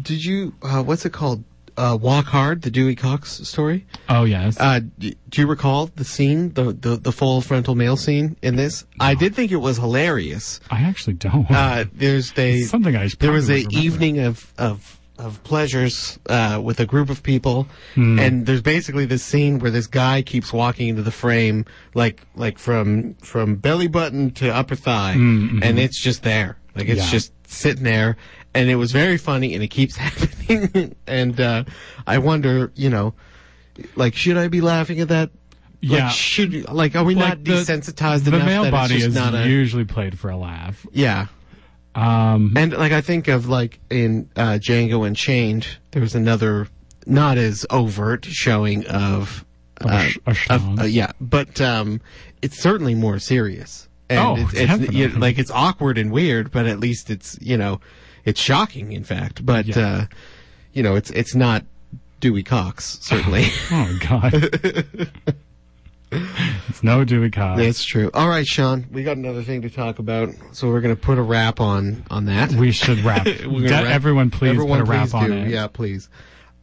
did you? Uh, what's it called? Uh, Walk Hard, the Dewey Cox story. oh yes. Uh, d- do you recall the scene, the, the the full frontal male scene in this? I did think it was hilarious. I actually don't. Uh, there's they It's something I should there was a probably remember. evening of of of pleasures uh, with a group of people, Hmm. and there's basically this scene where this guy keeps walking into the frame, like like from from belly button to upper thigh, and it's just there, like it's Hmm, Yeah. just sitting there, and it was very funny, and it keeps happening, and uh, I wonder, you know, like should I be laughing at that? Like, Yeah. should like are we not Like the- desensitized the enough that male it's body just is not a usually played for a laugh. yeah. Um, And like I think of like in uh, Django Unchained, there was another not as overt showing of, Of a sh- a schlong. of uh, yeah, but um, it's certainly more serious. And Oh, it's, it's you- definitely. like it's awkward and weird, but at least it's you know it's shocking in fact. But Yeah. uh, you know it's it's not Dewey Cox certainly. oh god. it's no Dewey Cox. That's true. All right, Sean, we got another thing to talk about, so we're gonna put a wrap on on that. we should wrap. We're gonna De- wrap- everyone, please everyone put a wrap please on do. it. Yeah, please.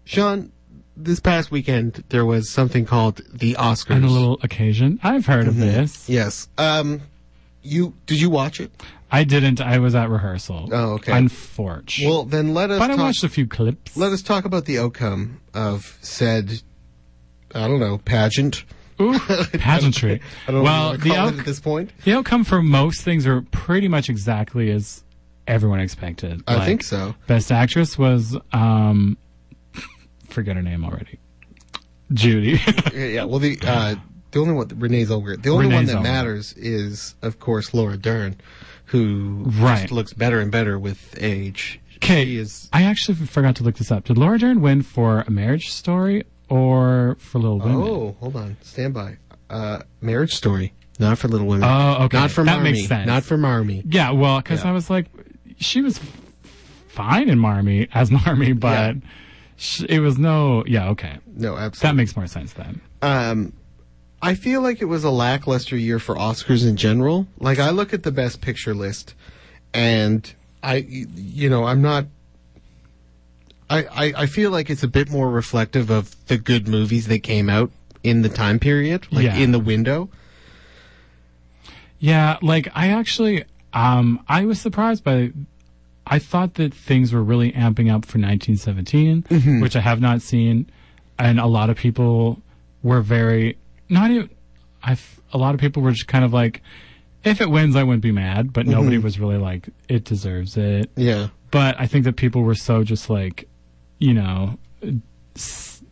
Sean, this past weekend there was something called the Oscars. On a little occasion, I've heard of Mm-hmm. this. yes. Um, you did you watch it? I didn't. I was at rehearsal. Oh, okay. Unfortunately. Well, then let us. but I talk, watched a few clips. Let us talk about the outcome of said. I don't know pageant. Ooh, pageantry. I don't well, know what to the, call it outc- at this point. the outcome for most things are pretty much exactly as everyone expected. I Like, think so. Best actress was um, forget her name already. Judy. Yeah, yeah. Well, the uh, the only one, Renee Zellweger. The only Renee one that Zellweger. matters is, of course, Laura Dern, who Right. just looks better and better with age. She Okay, is I actually forgot to look this up. Did Laura Dern win for A Marriage Story or for Little Women? Oh, hold on. Stand by. Uh, marriage Story. Not for Little Women. Oh, okay. Not from That Marmy. makes sense. Not from Marmy. Yeah, well, because Yeah. I was like, she was f- fine in Marmy as Marmy, but Yeah. sh- it was no. Yeah, okay, No, that absolutely. makes more sense then. um, I feel like it was a lackluster year for Oscars in general. Like I look at the best picture list, and I, you know, I'm not. I, I, I feel like it's a bit more reflective of the good movies that came out in the time period, like Yeah. in the window. Yeah, like I actually, um, I was surprised by. I thought that things were really amping up for 1917, which I have not seen, and a lot of people were very not even. I f- a lot of people were just kind of like, if it wins, I wouldn't be mad, but nobody was really like, it deserves it. Yeah. but I think that people were so just like, you know, s-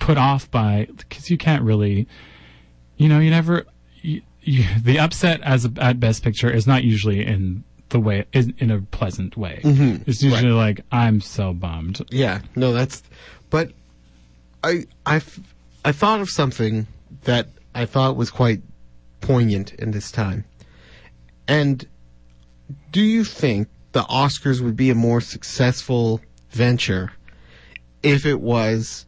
put off by because you can't really, you know, you never you, you, the upset as a, at best picture is not usually in the way in, in a pleasant way. It's usually like I'm so bummed. Yeah, no, that's. But I I f- I thought of something that I thought was quite poignant in this time. And do you think the Oscars would be a more successful venture if it was?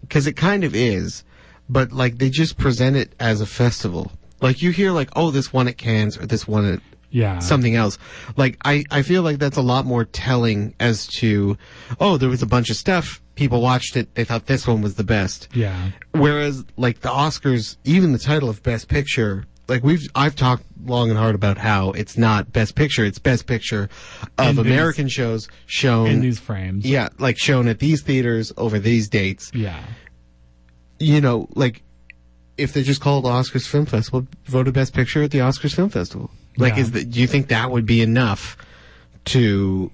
Because it kind of is, but like they just present it as a festival. Like you hear like, oh, this one at Cannes or this one at Yeah, something else. Like I, I feel like that's a lot more telling as to oh, there was a bunch of stuff. People watched it. They thought this one was the best. yeah, Whereas like the Oscars, even the title of Best Picture, like we've I've talked long and hard about how it's not Best Picture. It's Best Picture of In these- American shows shown. in these frames. yeah, like shown at these theaters over these dates yeah. you know, like if they just called Oscars Film Festival, voted Best Picture at the Oscars Film Festival. Like, Yeah. is that do you think that would be enough to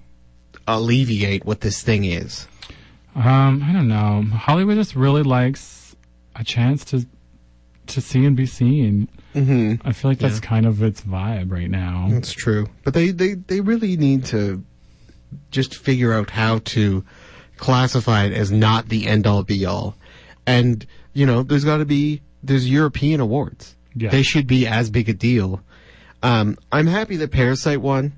alleviate what this thing is? Um, I don't know. Hollywood just really likes a chance to to see and be seen. Mm-hmm. I feel like that's kind of its vibe right now. That's true, but they they they really need to just figure out how to classify it as not the end all be all, and you know, there's got to be there's European awards. Yeah. They should be as big a deal. Um, I'm happy that Parasite won.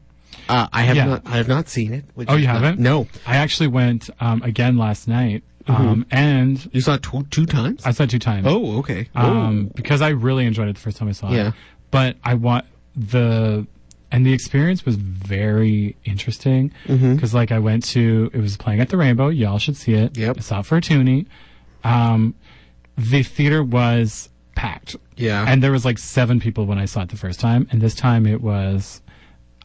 Uh, I have Yeah. not I have not seen it. which Oh, is you not- haven't? No, I actually went um, again last night, um, and you saw it tw- two times. I Uh, saw it two times. oh, okay. um, because I really enjoyed it the first time I saw Yeah. it. But I want the and the experience was very interesting because Mm-hmm. like I went to it was playing at the Rainbow. Y'all should see it. Yep. It's out for a toonie. Um, the theater was packed. Yeah. And there was like seven people when I saw it the first time, and this time it was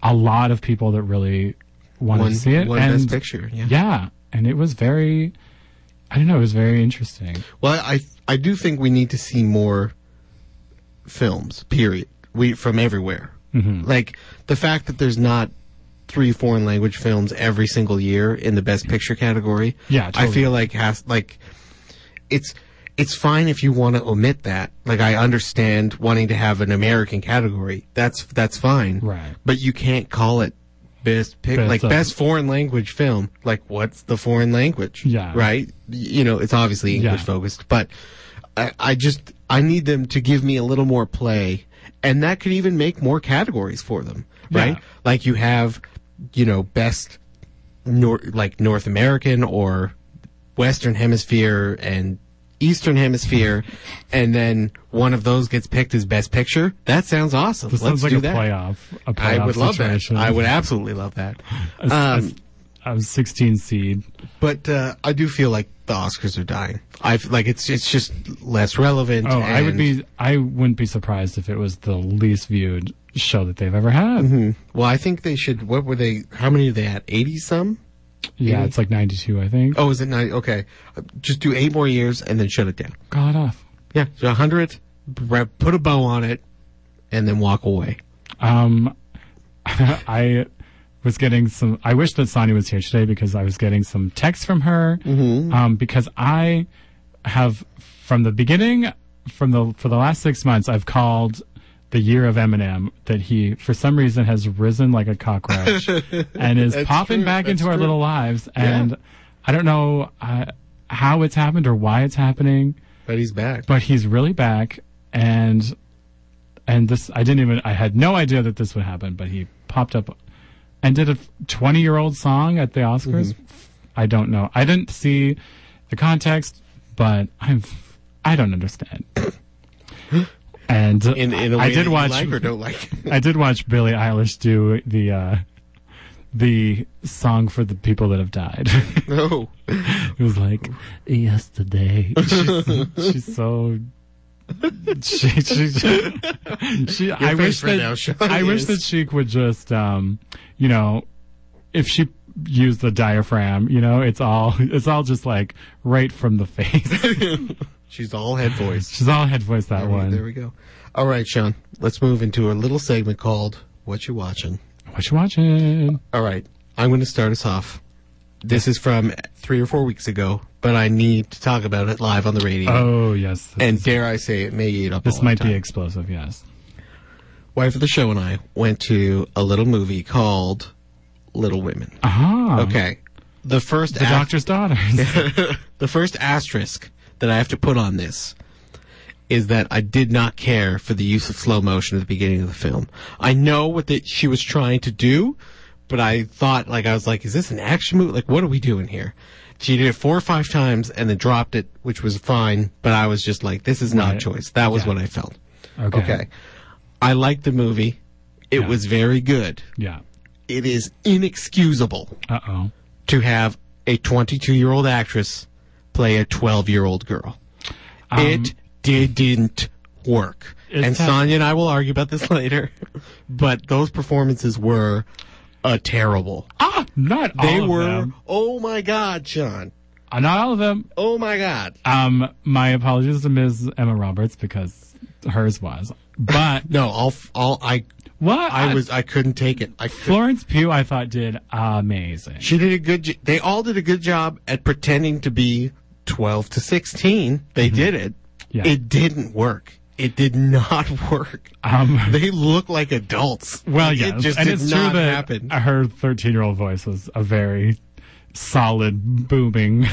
a lot of people that really wanted One- to see it. one and best picture, yeah. Yeah, and it was very. I don't know. It was very interesting. Well, I I do think we need to see more films. Period. We from everywhere. Mm-hmm. Like the fact that there's not three foreign language films every single year in the best picture category. Yeah, I totally. feel like has like it's it's fine if you want to omit that. Like I understand wanting to have an American category. That's that's fine. Right. But you can't call it best pic Best like of- best foreign language film. Like what's the foreign language? Yeah. Right? You know, it's obviously English Yeah. focused, but I, I just I need them to give me a little more play, and that could even make more categories for them, right? Yeah. Like you have, you know, best nor- like North American or Western Hemisphere and Eastern Hemisphere, and then one of those gets picked as Best Picture. That sounds awesome. This Let's sounds like do a that. playoff. A playoff I would love situation. that. I would absolutely love that. As- Um, as- I was 16 seed. But uh, I do feel like the Oscars are dying. I like it's it's just less relevant. Oh, I would and- be. I wouldn't be surprised if it was the least viewed show that they've ever had. Well, I think they should. What were they? How many are they at? Eighty some? Yeah, it's like 92, I think. Mm-hmm. Oh, is it nine? Okay, Uh, just do eight more years and then shut it down. God off. Yeah, so hundred. Put a bow on it, and then walk away. Um, I was getting some. I wish that Sonia was here today because I was getting some texts from her. Mm-hmm. Um, because I have from the beginning, from the for the last six months, I've called the year of Eminem that he for some reason has risen like a cockroach and is popping true, back into that's our true. little lives. And I don't know uh, how it's happened or why it's happening But he's back. but he's really back and and this i didn't even i had no idea that this would happen but he popped up and did a 20 year old song at the oscars i don't know i didn't see the context but i'm i don't understand and in in a way i did that you watch like or don't like. I did watch Billie Eilish do the uh, the song for the people that have died. no. It was like yesterday. She's, she's so. She, she, she, I wish favorite that now, Sean, I wish is- that she would just, um, you know, if she used the diaphragm, you know, it's all it's all just like right from the face. She's all head voice. She's all head voice that There we- one. there we go. All right, Sean. Let's move into a little segment called "What You Watching." What you watching? All right. I'm going to start us off. This is from three or four weeks ago, but I need to talk about it live on the radio. Oh yes, and dare I say, it may eat up. this all our might time. be explosive. Yes. wife of the show and I went to a little movie called Little Women. Ah, Okay, the first The doctor's daughters. the first asterisk that I have to put on this is that I did not care for the use of slow motion at the beginning of the film. I know what that she was trying to do, but I thought like I was like, is this an action movie? Like, what are we doing here? She did it four or five times and then dropped it, which was fine. But I was just like, this is not Right. choice. That was Yeah. what I felt. Okay. Okay, I liked the movie. It Yeah. was very good. Yeah. It is inexcusable Uh oh. to have a 22 year old actress play a 12 year old girl. it didn't work. Um, It's And tough. Sonia and I will argue about this later, but those performances were uh, terrible. Ah, not all They of were, them. oh my God, John. Uh, Not all of them. Oh my God. Um, my apologies to Ms. Emma Roberts because hers was, but No, all, f- all, I, what I was, I couldn't take it. I could, Florence Pugh, I thought did amazing. she did a good, j- they all did a good job at pretending to be 12 to 16. They did it. Mm-hmm. Yeah. It didn't work. It did not work. Um, they look like adults. well, Like, yes, it just and did it's not true that uh, happen. her thirteen-year-old voice was a very solid booming.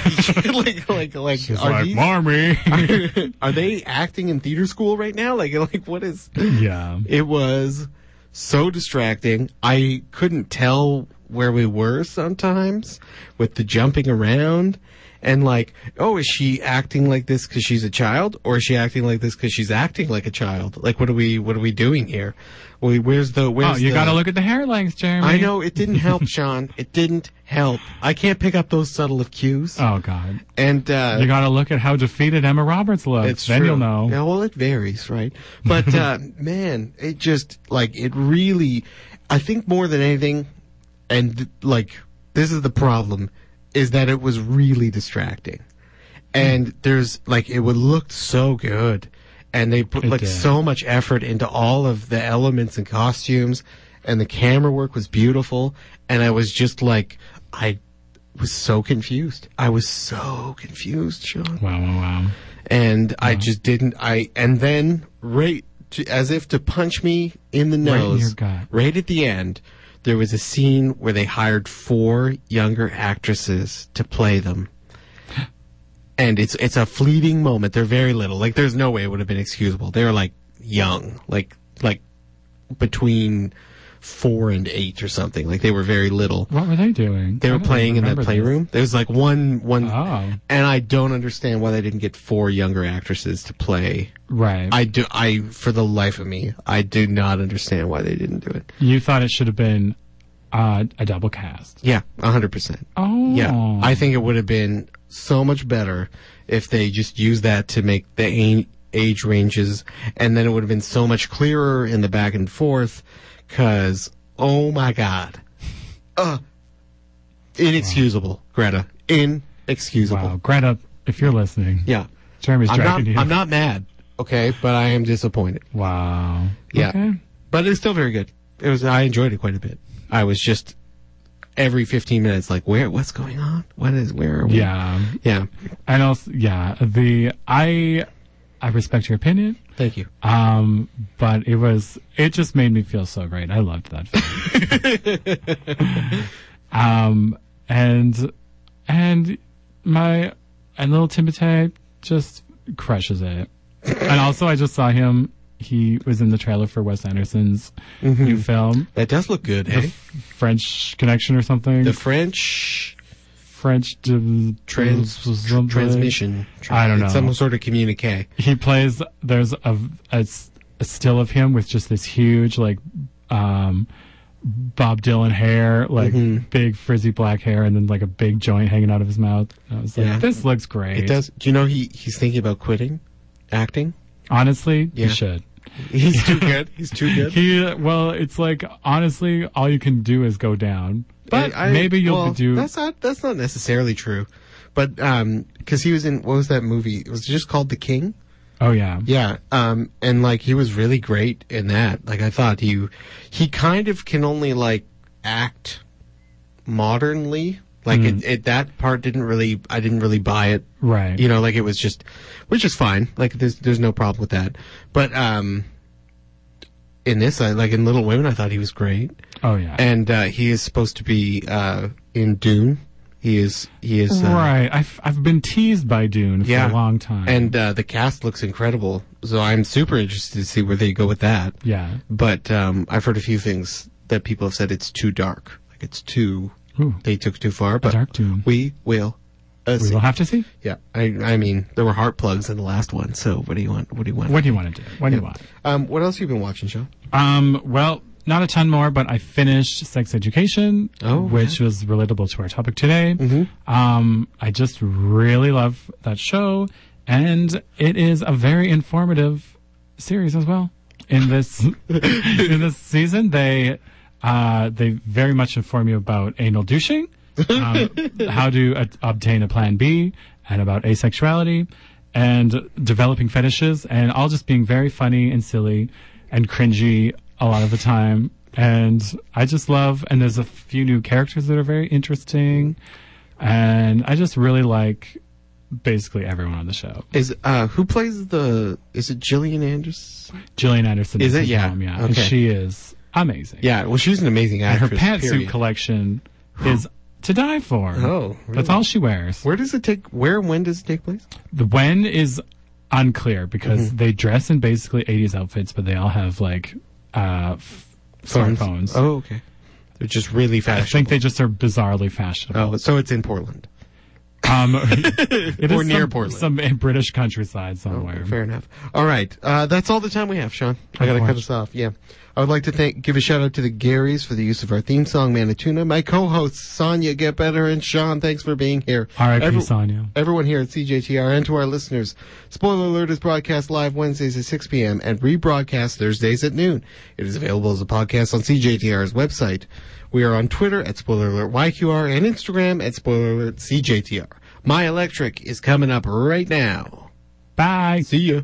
like, like, like, She's are, like, these- "Mommy." are they acting in theater school right now? Like, like, what is? yeah, It was so distracting. I couldn't tell where we were sometimes with the jumping around and like, oh, is she acting like this because she's a child, or is she acting like this because she's acting like a child? Like, what are we what are we doing here? We, where's the Oh, where's you the, got to look at the hair lengths, Jeremy. I know it didn't help, Sean. It didn't help. I can't pick up those subtle of cues. Oh God, and uh, you got to look at how defeated Emma Roberts looks. it's then true. you'll know. Yeah, well, it varies, right? But uh, man, it just like it really. I think more than anything, and like this is the problem, is that it was really distracting, and there's like it would look so good, and they put It like did. so much effort into all of the elements and costumes, and the camera work was beautiful, and I was just like I. Was so confused. I was so confused, Sean Wow, wow, wow. and I just didn't. I and then right to, as if to punch me in the Right in your nose, gut. right at the end, there was a scene where they hired four younger actresses to play them. And it's it's a fleeting moment. They're very little. Like there's no way it would have been excusable. They were like young, like like between four and eight or something. Like they were very little. What were they doing? They I were don't playing in that remember this. playroom. There was like one one, Oh. and I don't understand why they didn't get four younger actresses to play. Right. I do. I for the life of me, I do not understand why they didn't do it. you thought it should have been uh, a double cast. Yeah, hundred percent. Oh. Yeah, I think it would have been so much better if they just used that to make the a- age ranges, and then it would have been so much clearer in the back and forth. Cause oh my god, uh, inexcusable, Greta, inexcusable. Wow, Greta, if you're listening, Yeah, Jeremy's I'm dragging not. you. I'm not mad. Okay, but I am disappointed. Wow. Yeah. Okay. but it's still very good. It was I enjoyed it quite a bit. I was just every 15 minutes like where what's going on? What is where are we? Yeah. Yeah. And also, yeah, the I, I respect your opinion. Thank you. Um, but it was, it just made me feel so great. I loved that film. um, and, and my, and little Timotei just crushes it. and also I just saw him, he was in the trailer for Wes Anderson's new film, That does look good, Mm-hmm. eh? French Connection or something. The French French div- trans something. transmission. I don't know. Some sort of communique. he plays there's a, a s- a still of him with just this huge like um bob dylan hair like Mm-hmm. big frizzy black hair and then like a big joint hanging out of his mouth And i was like Yeah. this looks great It does. Do you know he he's thinking about quitting acting? honestly Yeah. you should He's too good. He's too good. he well it's like honestly all you can do is go down but I- I- maybe you'll well, do That's not that's not necessarily true. But um cuz he was in what was that movie? It was just called The King. oh yeah Yeah, um, and like he was really great in that. Like I thought he, he kind of can only like act modernly. Like it, it, that part didn't really, I didn't really buy it. Mm-hmm. right You know, like it was just, which is fine. Like there's, there's no problem with that. But um, in this, I, like in Little Women, I thought he was great, oh yeah and uh, he is supposed to be uh, in Dune. He is, he is uh, right I've, I've been teased by dune Yeah. for a long time And uh, the cast looks incredible, so I'm super interested to see where they go with that. yeah But um, I've heard a few things that people have said it's too dark, like it's too Ooh, they took too far. But dark doom. we will. Uh, we see. will have to see Yeah, I, I mean there were heart plugs in the last one, so what do you want? What do you want? what do you want to do what do you want Um, what else have you been watching, Sean? Um, well, not a ton more, but I finished Sex Education, Oh, which was relatable to our topic today. Um, I just really love that show, and it is a very informative series as well. In this in this season, they uh, they very much inform you about anal douching, um, how to uh, obtain a plan B, and about asexuality, and developing fetishes, and all just being very funny and silly and cringy a lot of the time. And I just love, and there's a few new characters that are very interesting, and I just really like basically everyone on the show. Is uh, who plays the? Is it Gillian Anderson? Gillian Anderson Is is, it? his Yeah. mom, yeah, and Okay. she is amazing. Yeah, well, she's an amazing and her actress. pantsuit period. collection is to die for. Oh, That's all she wears. Where does it take? Where and when does it take place? The when is unclear because Mm-hmm. they dress in basically 80s outfits, but they all have like uh, f- smartphones. Oh, okay. They're just really I fashionable. think they just are bizarrely fashionable. oh, so it's in Portland. Um, it Or is near some, Portland. some in British countryside somewhere. Okay, fair enough. All right, uh, that's all the time we have, Sean. I gotta cut Unfortunate. us off. Yeah, I would like to thank, give a shout out to the Garys for the use of our theme song, Manituna. My co-hosts, Sonia, get better, and Sean. Thanks for being here. R.I.P. Every- Sonia. Everyone here at CJTR and to our listeners, Spoiler Alert is broadcast live Wednesdays at 6 p.m. and rebroadcast Thursdays at noon. It is available as a podcast on CJTR's website. We are on Twitter at Spoiler Alert YQR and Instagram at Spoiler Alert CJTR. My Electric is coming up right now. Bye. See ya.